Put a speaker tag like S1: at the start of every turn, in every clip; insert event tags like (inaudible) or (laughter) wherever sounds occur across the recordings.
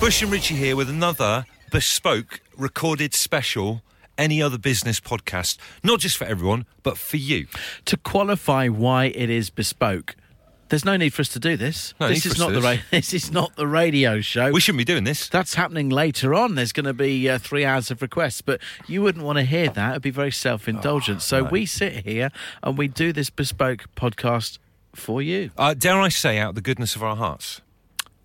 S1: Bush and Richie here with another bespoke recorded special. Any other business podcast, not just for everyone, but for you.
S2: To qualify why it is bespoke, there's no need for us to do this.
S1: No
S2: this
S1: need
S2: is
S1: for us
S2: not
S1: to
S2: the
S1: do
S2: ra- (laughs) this is not the radio show.
S1: We shouldn't be doing this.
S2: That's happening later on. There's going to be uh, three hours of requests, but you wouldn't want to hear that. It'd be very self
S1: Ah,
S2: indulgent. so we sit here and we do this bespoke podcast for you.
S1: Uh, dare I say, out of the goodness of our hearts.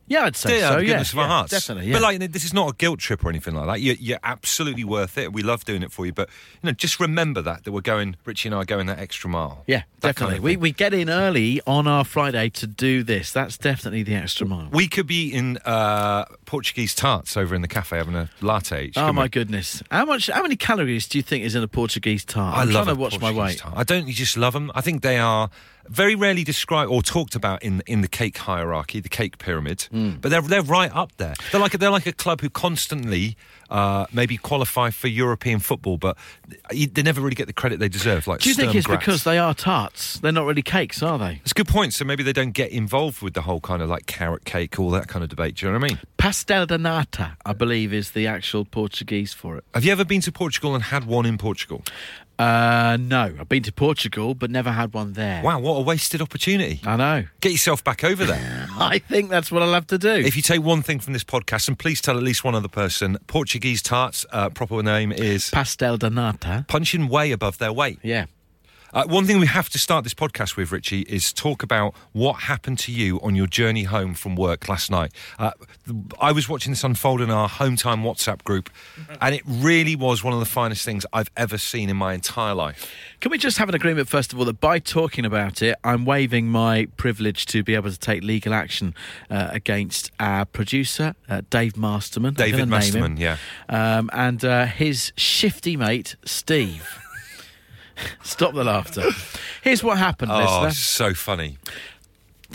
S2: Yeah, I'd say
S1: Yeah, out
S2: so.
S1: of the
S2: yeah,
S1: goodness of our
S2: yeah,
S1: hearts.
S2: definitely. Yeah.
S1: But like, this is not a guilt trip or anything like that. You're, you're absolutely worth it. We love doing it for you. But you know, just remember that that we're going. Richie and I are going that extra mile.
S2: yeah,
S1: That
S2: definitely.
S1: kind of
S2: we
S1: thing.
S2: we get in early on our Friday to do this. That's definitely the extra mile.
S1: we could be eating uh, Portuguese tarts over in the cafe having a latte. each,
S2: Oh
S1: couldn't we?
S2: my goodness! How much? How many calories do you think is in a Portuguese tart?
S1: I
S2: I'm
S1: love
S2: trying
S1: a
S2: to watch
S1: Portuguese
S2: my weight.
S1: tart. I don't. You just love them. I think they are very rarely described or talked about in in the cake hierarchy, the cake pyramid.
S2: Hmm.
S1: But they're they're right up there. They're like they're like a club who constantly uh, maybe qualify for European football, but you- they never really get the credit they deserve. Like
S2: Do you think
S1: Sturm
S2: it's
S1: Graz.
S2: because they are tarts? They're not really cakes, are they?
S1: It's a good point. So maybe they don't get involved with the whole kind of like carrot cake, all that kind of debate. Do you know what I mean?
S2: Pastel de nata, I believe, is the actual Portuguese for it.
S1: Have you ever been to Portugal and had one in Portugal?
S2: Uh, no, I've been to Portugal, but never had one there.
S1: Wow, what a wasted opportunity.
S2: I know.
S1: Get yourself back over there.
S2: (laughs) I think that's what I'll have to do.
S1: If you take one thing from this podcast, and please tell at least one other person, Portuguese tarts, uh, proper name is
S2: Pastel de nata.
S1: punching way above their weight.
S2: Yeah.
S1: Uh, one thing we have to start this podcast with, Richie, is talk about what happened to you on your journey home from work last night. Uh, th- I was watching this unfold in our home time WhatsApp group, and it really was one of the finest things I've ever seen in my entire life.
S2: Can we just have an agreement, first of all, that by talking about it, I'm waiving my privilege to be able to take legal action uh, against our producer, uh, Dave Masterman. I'm
S1: David
S2: gonna name him.
S1: Masterman, yeah.
S2: Um, and uh, his shifty mate, Steve. (laughs) Stop the laughter. Here's what happened,
S1: Oh,
S2: listener.
S1: so funny.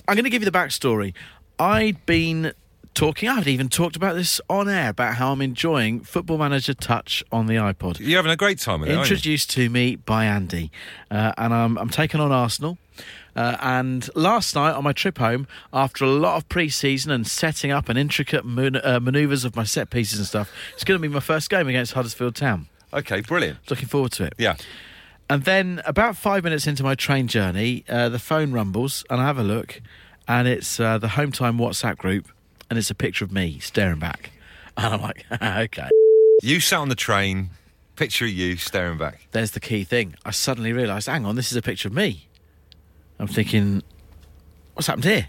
S2: I'm going to give you the backstory. I'd been talking, I haven't even talked about this on air, about how I'm enjoying Football Manager Touch on the iPod.
S1: You're having a great time with it, aren't you?
S2: Introduced to me by Andy, uh, and I'm, I'm taking on Arsenal. Uh, and last night on my trip home, after a lot of pre-season and setting up and intricate man- uh, manoeuvres of my set pieces and stuff, it's going to be my first game against Huddersfield Town.
S1: Okay, brilliant.
S2: Looking forward to it.
S1: Yeah.
S2: And then about five minutes into my train journey, uh, the phone rumbles, and I have a look, and it's uh, the home time WhatsApp group, and it's a picture of me staring back, (laughs) and I'm like, okay.
S1: You sat on the train, picture of you staring back.
S2: there's the key thing. I suddenly realised, hang on, this is a picture of me. I'm thinking, what's happened here?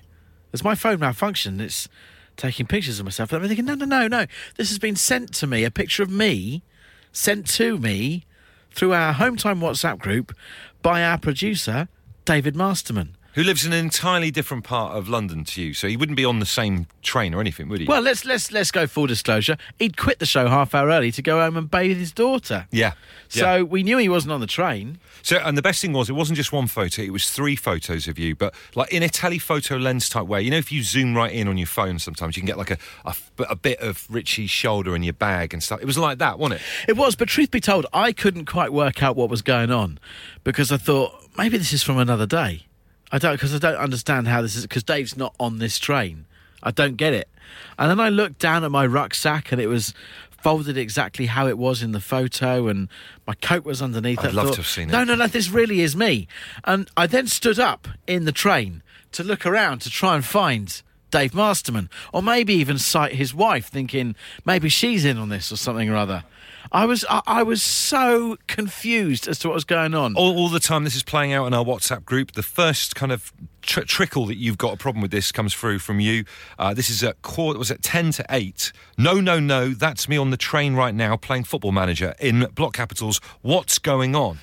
S2: There's my phone malfunction. It's taking pictures of myself. And I'm thinking, no, no, no, no. This has been sent to me, a picture of me sent to me through our Hometime WhatsApp group by our producer, David Masterman.
S1: Who lives in an entirely different part of London to you, so he wouldn't be on the same train or anything, would he?
S2: Well, let's let's let's go full disclosure. He'd quit the show half hour early to go home and bathe his daughter.
S1: yeah.
S2: So we knew he wasn't on the train.
S1: So, and the best thing was, it wasn't just one photo; it was three photos of you. But like in a telephoto lens type way, you know, if you zoom right in on your phone, sometimes you can get like a a, f- a bit of Richie's shoulder and your bag and stuff. It was like that, wasn't it?
S2: It was, but truth be told, I couldn't quite work out what was going on because I thought maybe this is from another day. I don't because I don't understand how this is because Dave's not on this train. I don't get it. And then I looked down at my rucksack and it was folded exactly how it was in the photo and my coat was underneath.
S1: I'd
S2: I
S1: love to
S2: thought,
S1: have seen it.
S2: No, no, no, this really is me. And I then stood up in the train to look around to try and find Dave Masterman, or maybe even cite his wife, thinking maybe she's in on this or something or other. I was I, I was so confused as to what was going on.
S1: All, all the time, this is playing out in our WhatsApp group. The first kind of tr- trickle that you've got a problem with this comes through from you. Uh, this is at quarter, was at ten to eight. No, no, no, that's me on the train right now playing Football Manager in block capitals. What's going on?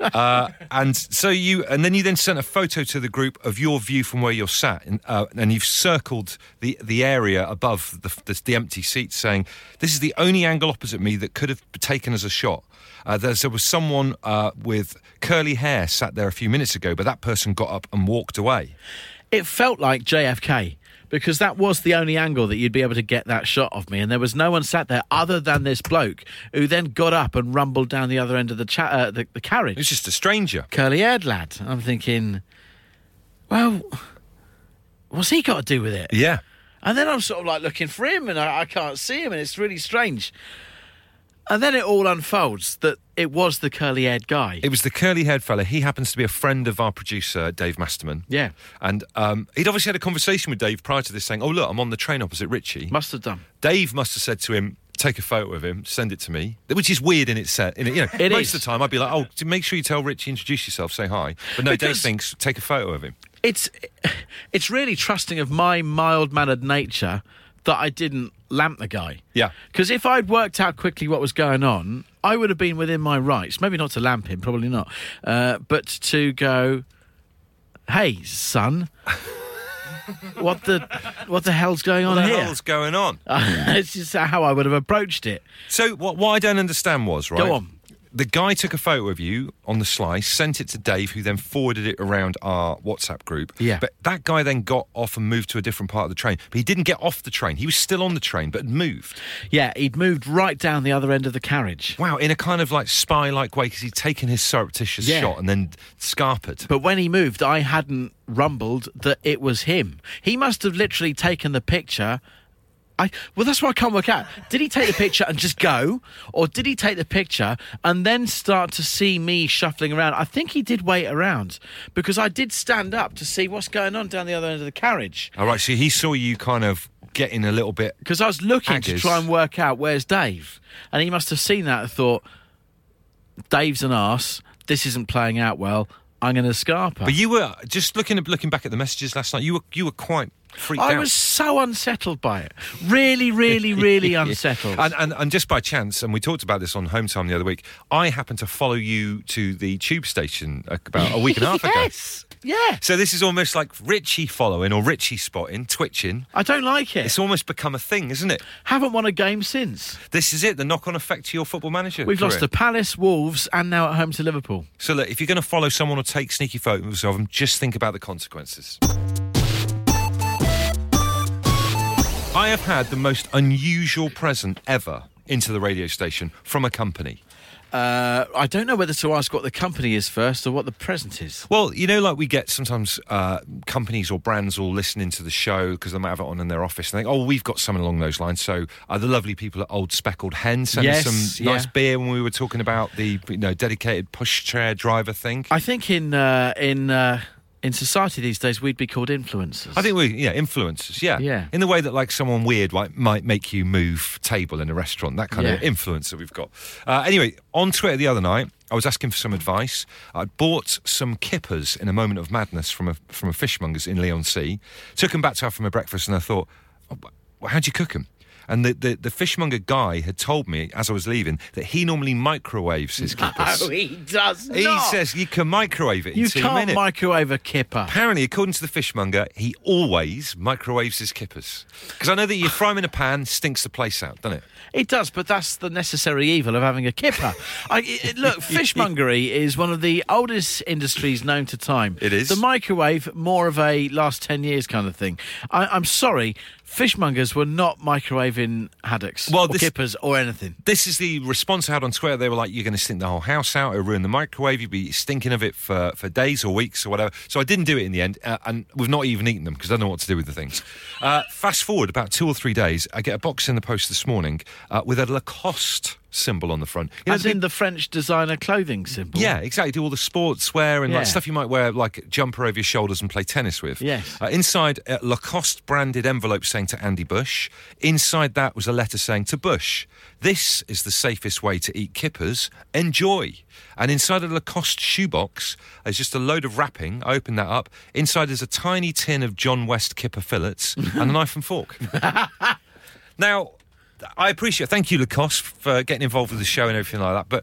S1: uh, and so you, and then you then sent a photo to the group of your view from where you're sat, and, uh, and you've circled the, the area above the, the, the empty seats, saying, "This is the only angle opposite me that could have been taken as a shot." Uh, there's, there was someone uh, with curly hair sat there a few minutes ago, but that person got up and walked away.
S2: it felt like JFK because that was the only angle that you'd be able to get that shot of me, and there was no one sat there other than this bloke who then got up and rumbled down the other end of the cha- uh, the, the carriage.
S1: It was just a stranger.
S2: curly haired lad. I'm thinking, well, what's he got to do with it?
S1: Yeah.
S2: And then I'm sort of like looking for him and I, I can't see him and it's really strange. And then it all unfolds that it was the curly haired guy.
S1: It was the curly haired fella. He happens to be a friend of our producer, Dave Masterman.
S2: yeah.
S1: And um, he'd obviously had a conversation with Dave prior to this saying, Oh, look, I'm on the train opposite Richie.
S2: Must have done.
S1: Dave must have said to him, Take a photo of him, send it to me, which is weird in its set. In it, you know,
S2: It
S1: most
S2: is.
S1: of the time I'd be like, Oh, d- make sure you tell Richie, introduce yourself, say hi. But no, Dave
S2: Because-
S1: thinks, Take a photo of him.
S2: It's it's really trusting of my mild mannered nature that I didn't lamp the guy.
S1: Yeah.
S2: Because if I'd worked out quickly what was going on, I would have been within my rights. Maybe not to lamp him, probably not, uh, but to go, "Hey, son, (laughs) what the what the hell's going on
S1: What the
S2: here?"
S1: hell's going on?
S2: (laughs) it's just how I would have approached it.
S1: So what, what I don't understand was right.
S2: Go on.
S1: The guy took a photo of you on the slice, sent it to Dave, who then forwarded it around our WhatsApp group.
S2: Yeah.
S1: But that guy then got off and moved to a different part of the train. But he didn't get off the train. He was still on the train, but had moved.
S2: Yeah, he'd moved right down the other end of the carriage.
S1: Wow, in a kind of like spy like way, because he'd taken his surreptitious
S2: Yeah.
S1: shot and then scarpered.
S2: But when he moved, I hadn't rumbled that it was him. He must have literally taken the picture. I well, that's what I can't work out. Did he take the picture and just go, or did he take the picture and then start to see me shuffling around? I think he did wait around because I did stand up to see what's going on down the other end of the carriage
S1: All right, so he saw you kind of getting a little bit.
S2: because I was looking to
S1: Haggis.
S2: try and work out where's Dave, and he must have seen that and thought, "Dave's an arse. This isn't playing out well. I'm going to scarper."
S1: But you were just looking looking back at the messages last night. You were you were quite freaked out.
S2: I was so unsettled by it. Really, really, (laughs) really unsettled.
S1: And, and and just by chance, and we talked about this on Home Time the other week. I happened to follow you to the tube station about a week and a
S2: (laughs)
S1: half ago.
S2: yes. Yeah.
S1: So this is almost like Richie following or Richie spotting, twitching.
S2: I don't like it.
S1: It's almost become a thing, isn't it?
S2: Haven't won a game since.
S1: This is it. The knock-on effect to your football manager.
S2: We've lost
S1: career.
S2: to Palace, Wolves, and now at home to Liverpool.
S1: So look, if you're going to follow someone or take sneaky photos of them, just think about the consequences. I have had the most unusual present ever into the radio station from a company.
S2: Uh, I don't know whether to ask what the company is first or what the present is.
S1: Well, you know, like we get sometimes uh, companies or brands all listening to the show because they might have it on in their office and think, oh, we've got something along those lines. So uh, the lovely people at Old Speckled Hen sent
S2: Yes,
S1: us some
S2: yeah.
S1: nice beer when we were talking about the you know dedicated pushchair driver thing.
S2: I think in uh, in uh, in society these days we'd be called influencers.
S1: I think we, yeah, influencers, yeah.
S2: Yeah.
S1: In the way that, like, someone weird like, might make you move table in a restaurant, that kind of
S2: Yeah.
S1: influence that we've got. Uh, anyway, on Twitter the other night, I was asking for some advice. I bought some kippers in a moment of madness from a, from a fishmonger's in Leon C. Took them back to have for my breakfast, and I thought, oh, wh- how'd you cook them? And the, the, the fishmonger guy had told me as I was leaving that he normally microwaves
S2: (laughs)
S1: his kippers.
S2: Oh, he does
S1: he
S2: not.
S1: says you can microwave it in
S2: you
S1: 2
S2: can't
S1: minutes.
S2: microwave a kipper.
S1: Apparently, according to the fishmonger, he always microwaves his kippers. Because I know that
S2: (sighs)
S1: you fry them in a pan, stinks the place out, doesn't it?
S2: It does, but that's the necessary evil of having a kipper. I, it,
S1: (laughs)
S2: it- look, fishmongery is one of the oldest industries known to time.
S1: It is.
S2: The microwave, more of a last 10 years kind of thing. I, I'm sorry, fishmongers were not microwaving haddocks
S1: Well,
S2: or
S1: this-
S2: kippers or anything.
S1: This is the response I had on Twitter. They were like, "You're going to stink the whole house out. It'll ruin the microwave. You'll be stinking of it for, for days or weeks or whatever." So I didn't do it in the end, uh, and we've not even eaten them because I don't know what to do with the things. Uh, fast forward about two or three days, I get a box in the post this morning uh, with a Lacoste symbol on the front. You know,
S2: As
S1: the
S2: in the French designer clothing symbol.
S1: Yeah, exactly. Do all the sportswear and
S2: Yeah.
S1: like stuff you might wear, like jumper over your shoulders and play tennis with.
S2: Yes.
S1: Uh, inside a Lacoste branded envelope saying to Andy Bush. Inside that was a letter saying to Bush, "This is the safest way to eat kippers. Enjoy." And inside a Lacoste shoebox is just a load of wrapping. I open that up. Inside is a tiny tin of John West kipper fillets and a (laughs) knife and fork. Now, I appreciate. Thank you, Lacoste, for getting involved with the show and everything like that. But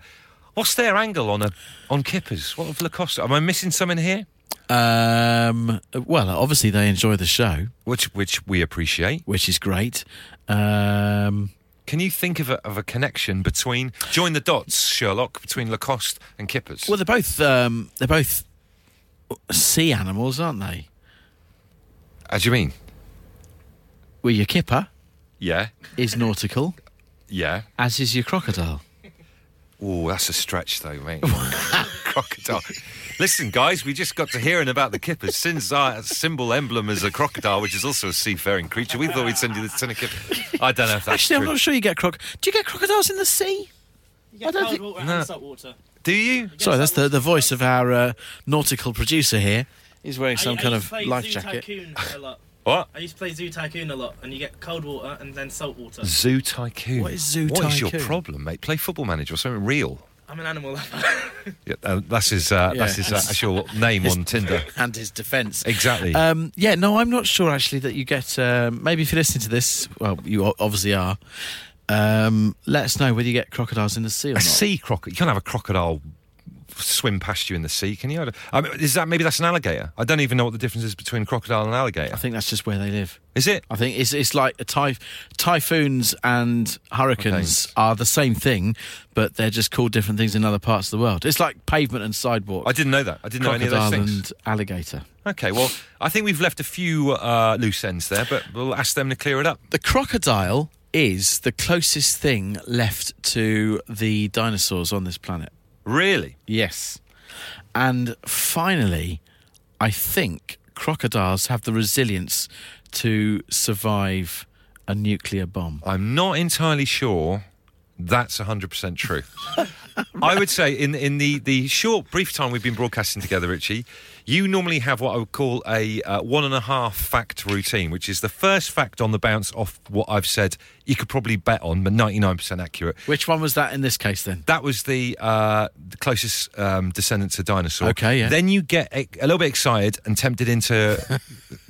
S1: what's their angle on a on kippers? What of Lacoste? Am I missing something here?
S2: Um, well, obviously, they enjoy the show,
S1: Which which we appreciate.
S2: which is great. Um,
S1: Can you think of a, of a connection between join the dots, Sherlock, between Lacoste and kippers?
S2: well, they're both, um, they're both sea animals, aren't they?
S1: How do you mean?
S2: Well, your kipper
S1: Yeah,
S2: is nautical.
S1: yeah.
S2: As is your crocodile.
S1: Oh, that's a stretch, though, mate. (laughs) crocodile. Listen, guys, we just got to hearing about the kippers. Since our symbol emblem is a crocodile, which is also a seafaring creature, we thought we'd send you the send a kipper. I don't know if that's
S2: Actually, I'm
S1: true.
S2: not sure you get croc. Do you get crocodiles in the sea?
S3: You get
S2: don't
S3: cold
S2: think-
S3: water
S1: no.
S3: and salt water.
S1: Do you?
S2: Sorry, that's the, the voice of our uh, nautical producer here. He's wearing some
S3: I,
S2: kind
S3: I used to
S2: of
S3: play
S2: life
S3: Zoo
S2: jacket.
S3: Tycoon a lot.
S1: What?
S3: I used to play Zoo Tycoon a lot, and you get cold water and then salt water.
S1: Zoo tycoon.
S2: What is Zoo
S1: What is your
S2: Tycoon?
S1: problem, mate? Play Football Manager or something real.
S3: I'm an animal lover.
S1: Yeah, uh, that's his. Uh, That's
S2: Yeah.
S1: his uh,
S2: (laughs)
S1: actual name on Tinder.
S2: And his defence.
S1: Exactly.
S2: Um, yeah, no, I'm not sure actually that you get. Um, maybe if you're listening to this, well, you o- obviously are. Um, let us know whether you get crocodiles in the sea or
S1: a
S2: not.
S1: sea crocodile. You can't have a crocodile swim past you in the sea, can you? I don't- I mean, is that maybe that's an alligator? I don't even know what the difference is between crocodile and
S2: I
S1: alligator.
S2: think that's just where they live.
S1: Is it?
S2: I think it's it's like a typh- typhoons and hurricanes are the same thing, but they're just called different things in other parts of the world. It's like pavement and sidewalk.
S1: I didn't know that. I didn't know any of those
S2: crocodile
S1: things.
S2: and alligator.
S1: Okay, well, I think we've left a few uh, loose ends there, but we'll ask them to clear it up.
S2: The crocodile is the closest thing left to the dinosaurs on this planet.
S1: Really?
S2: Yes. And finally, I think crocodiles have the resilience to survive a nuclear bomb.
S1: I'm not entirely sure that's 100%
S2: (laughs)
S1: true. I would say in in the, the short, brief time we've been broadcasting together, Richie, you normally have what I would call a uh, one and a half fact routine, which is the first fact on the bounce off what I've said you could probably bet on, but 99% accurate.
S2: Which one was that in this case then?
S1: That was the, uh, the closest um, descendant to dinosaur.
S2: Okay, yeah.
S1: Then you get a, a little bit excited and tempted
S2: (laughs)
S1: into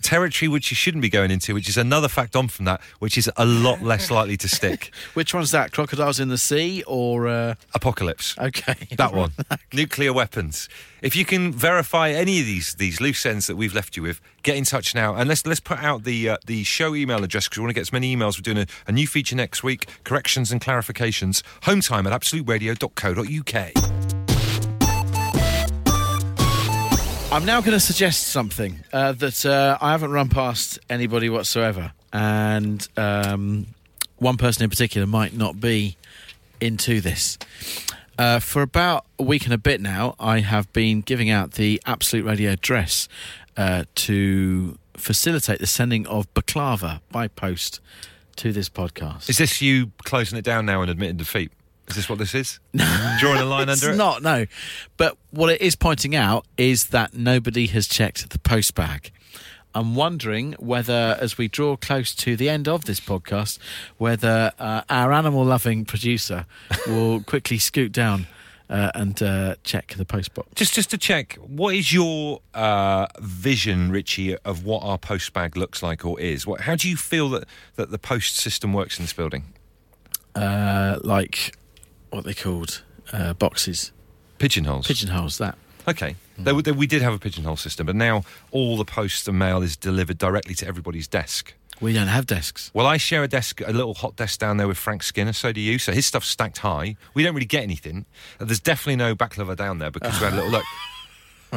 S1: territory which you shouldn't be going into, which is another fact on from that, which is a lot less likely to stick.
S2: Which one's that? Crocodiles in the sea or uh, (laughs)
S1: Apocalypse.
S2: okay.
S1: That one. Nuclear weapons. If you can verify any of these these loose ends that we've left you with, get in touch now and let's let's put out the uh, the show email address because we want to get as many emails. We're doing a, a new feature next week: corrections and clarifications. Home time at absoluteradio.co.uk.
S2: I'm now going to suggest something uh, that uh, I haven't run past anybody whatsoever, and um, one person in particular might not be into this. Uh, for about a week and a bit now, I have been giving out the Absolute Radio address uh, to facilitate the sending of baklava by post to this podcast.
S1: Is this you closing it down now and admitting defeat? Is this what this
S2: (laughs)
S1: is? Drawing a line
S2: it's
S1: under it.
S2: not, no. But what it is pointing out is that nobody has checked the post bag. I'm wondering whether, as we draw close to the end of this podcast, whether uh, our animal loving producer will quickly scoot down uh, and uh, check the post box.
S1: Just just to check, what is your uh, vision, Richie, of what our post bag looks like or is? What, how do you feel that, that the post system works in this building?
S2: Uh, like what they called uh, boxes,
S1: Pigeonholes.
S2: pigeonholes, that.
S1: Okay. There, w- there, we did have a pigeonhole system, but now all the post and mail is delivered directly to everybody's desk.
S2: We don't have desks.
S1: Well, I share a desk, a little hot desk down there with Frank Skinner. So do you. So his stuff's stacked high. We don't really get anything. Uh, There's definitely no baklava down there because we had a little
S2: (laughs)
S1: look.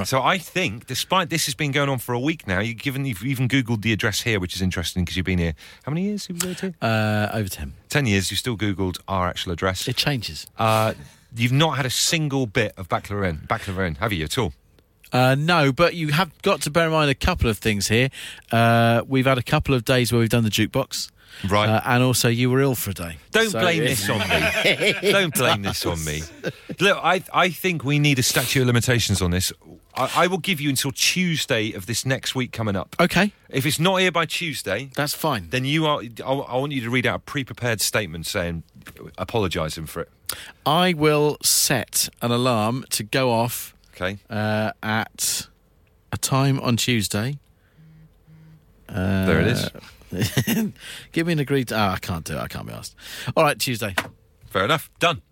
S1: So I think, despite this has been going on for a week now, you've given you've even googled the address here, which is interesting because you've been here. How many years have you been here? to?
S2: Uh, over to him.
S1: Ten years. You still googled our actual address.
S2: It changes.
S1: Uh, you've not had a single bit of baklava in, baklava in, have you at all?
S2: Uh, no, but you have got to bear in mind a couple of things here. Uh, we've had a couple of days where we've done the jukebox.
S1: Right.
S2: Uh, and also, you were ill for a day.
S1: Don't
S2: So
S1: blame
S2: it-
S1: this on
S2: (laughs)
S1: me. Don't blame this on me. Look, I, I think we need a statute of limitations on this. I, I will give you until Tuesday of this next week coming up.
S2: Okay,
S1: If it's not here by Tuesday,
S2: that's fine.
S1: then you are. I, I want you to read out a pre-prepared statement saying, apologising for it.
S2: I will set an alarm to go off
S1: Okay.
S2: uh, at a time on Tuesday. Uh,
S1: There it is.
S2: is. Uh, (laughs) give me an agreed. Ah, I can't do it. I can't be asked. All right, Tuesday.
S1: Fair enough. Done.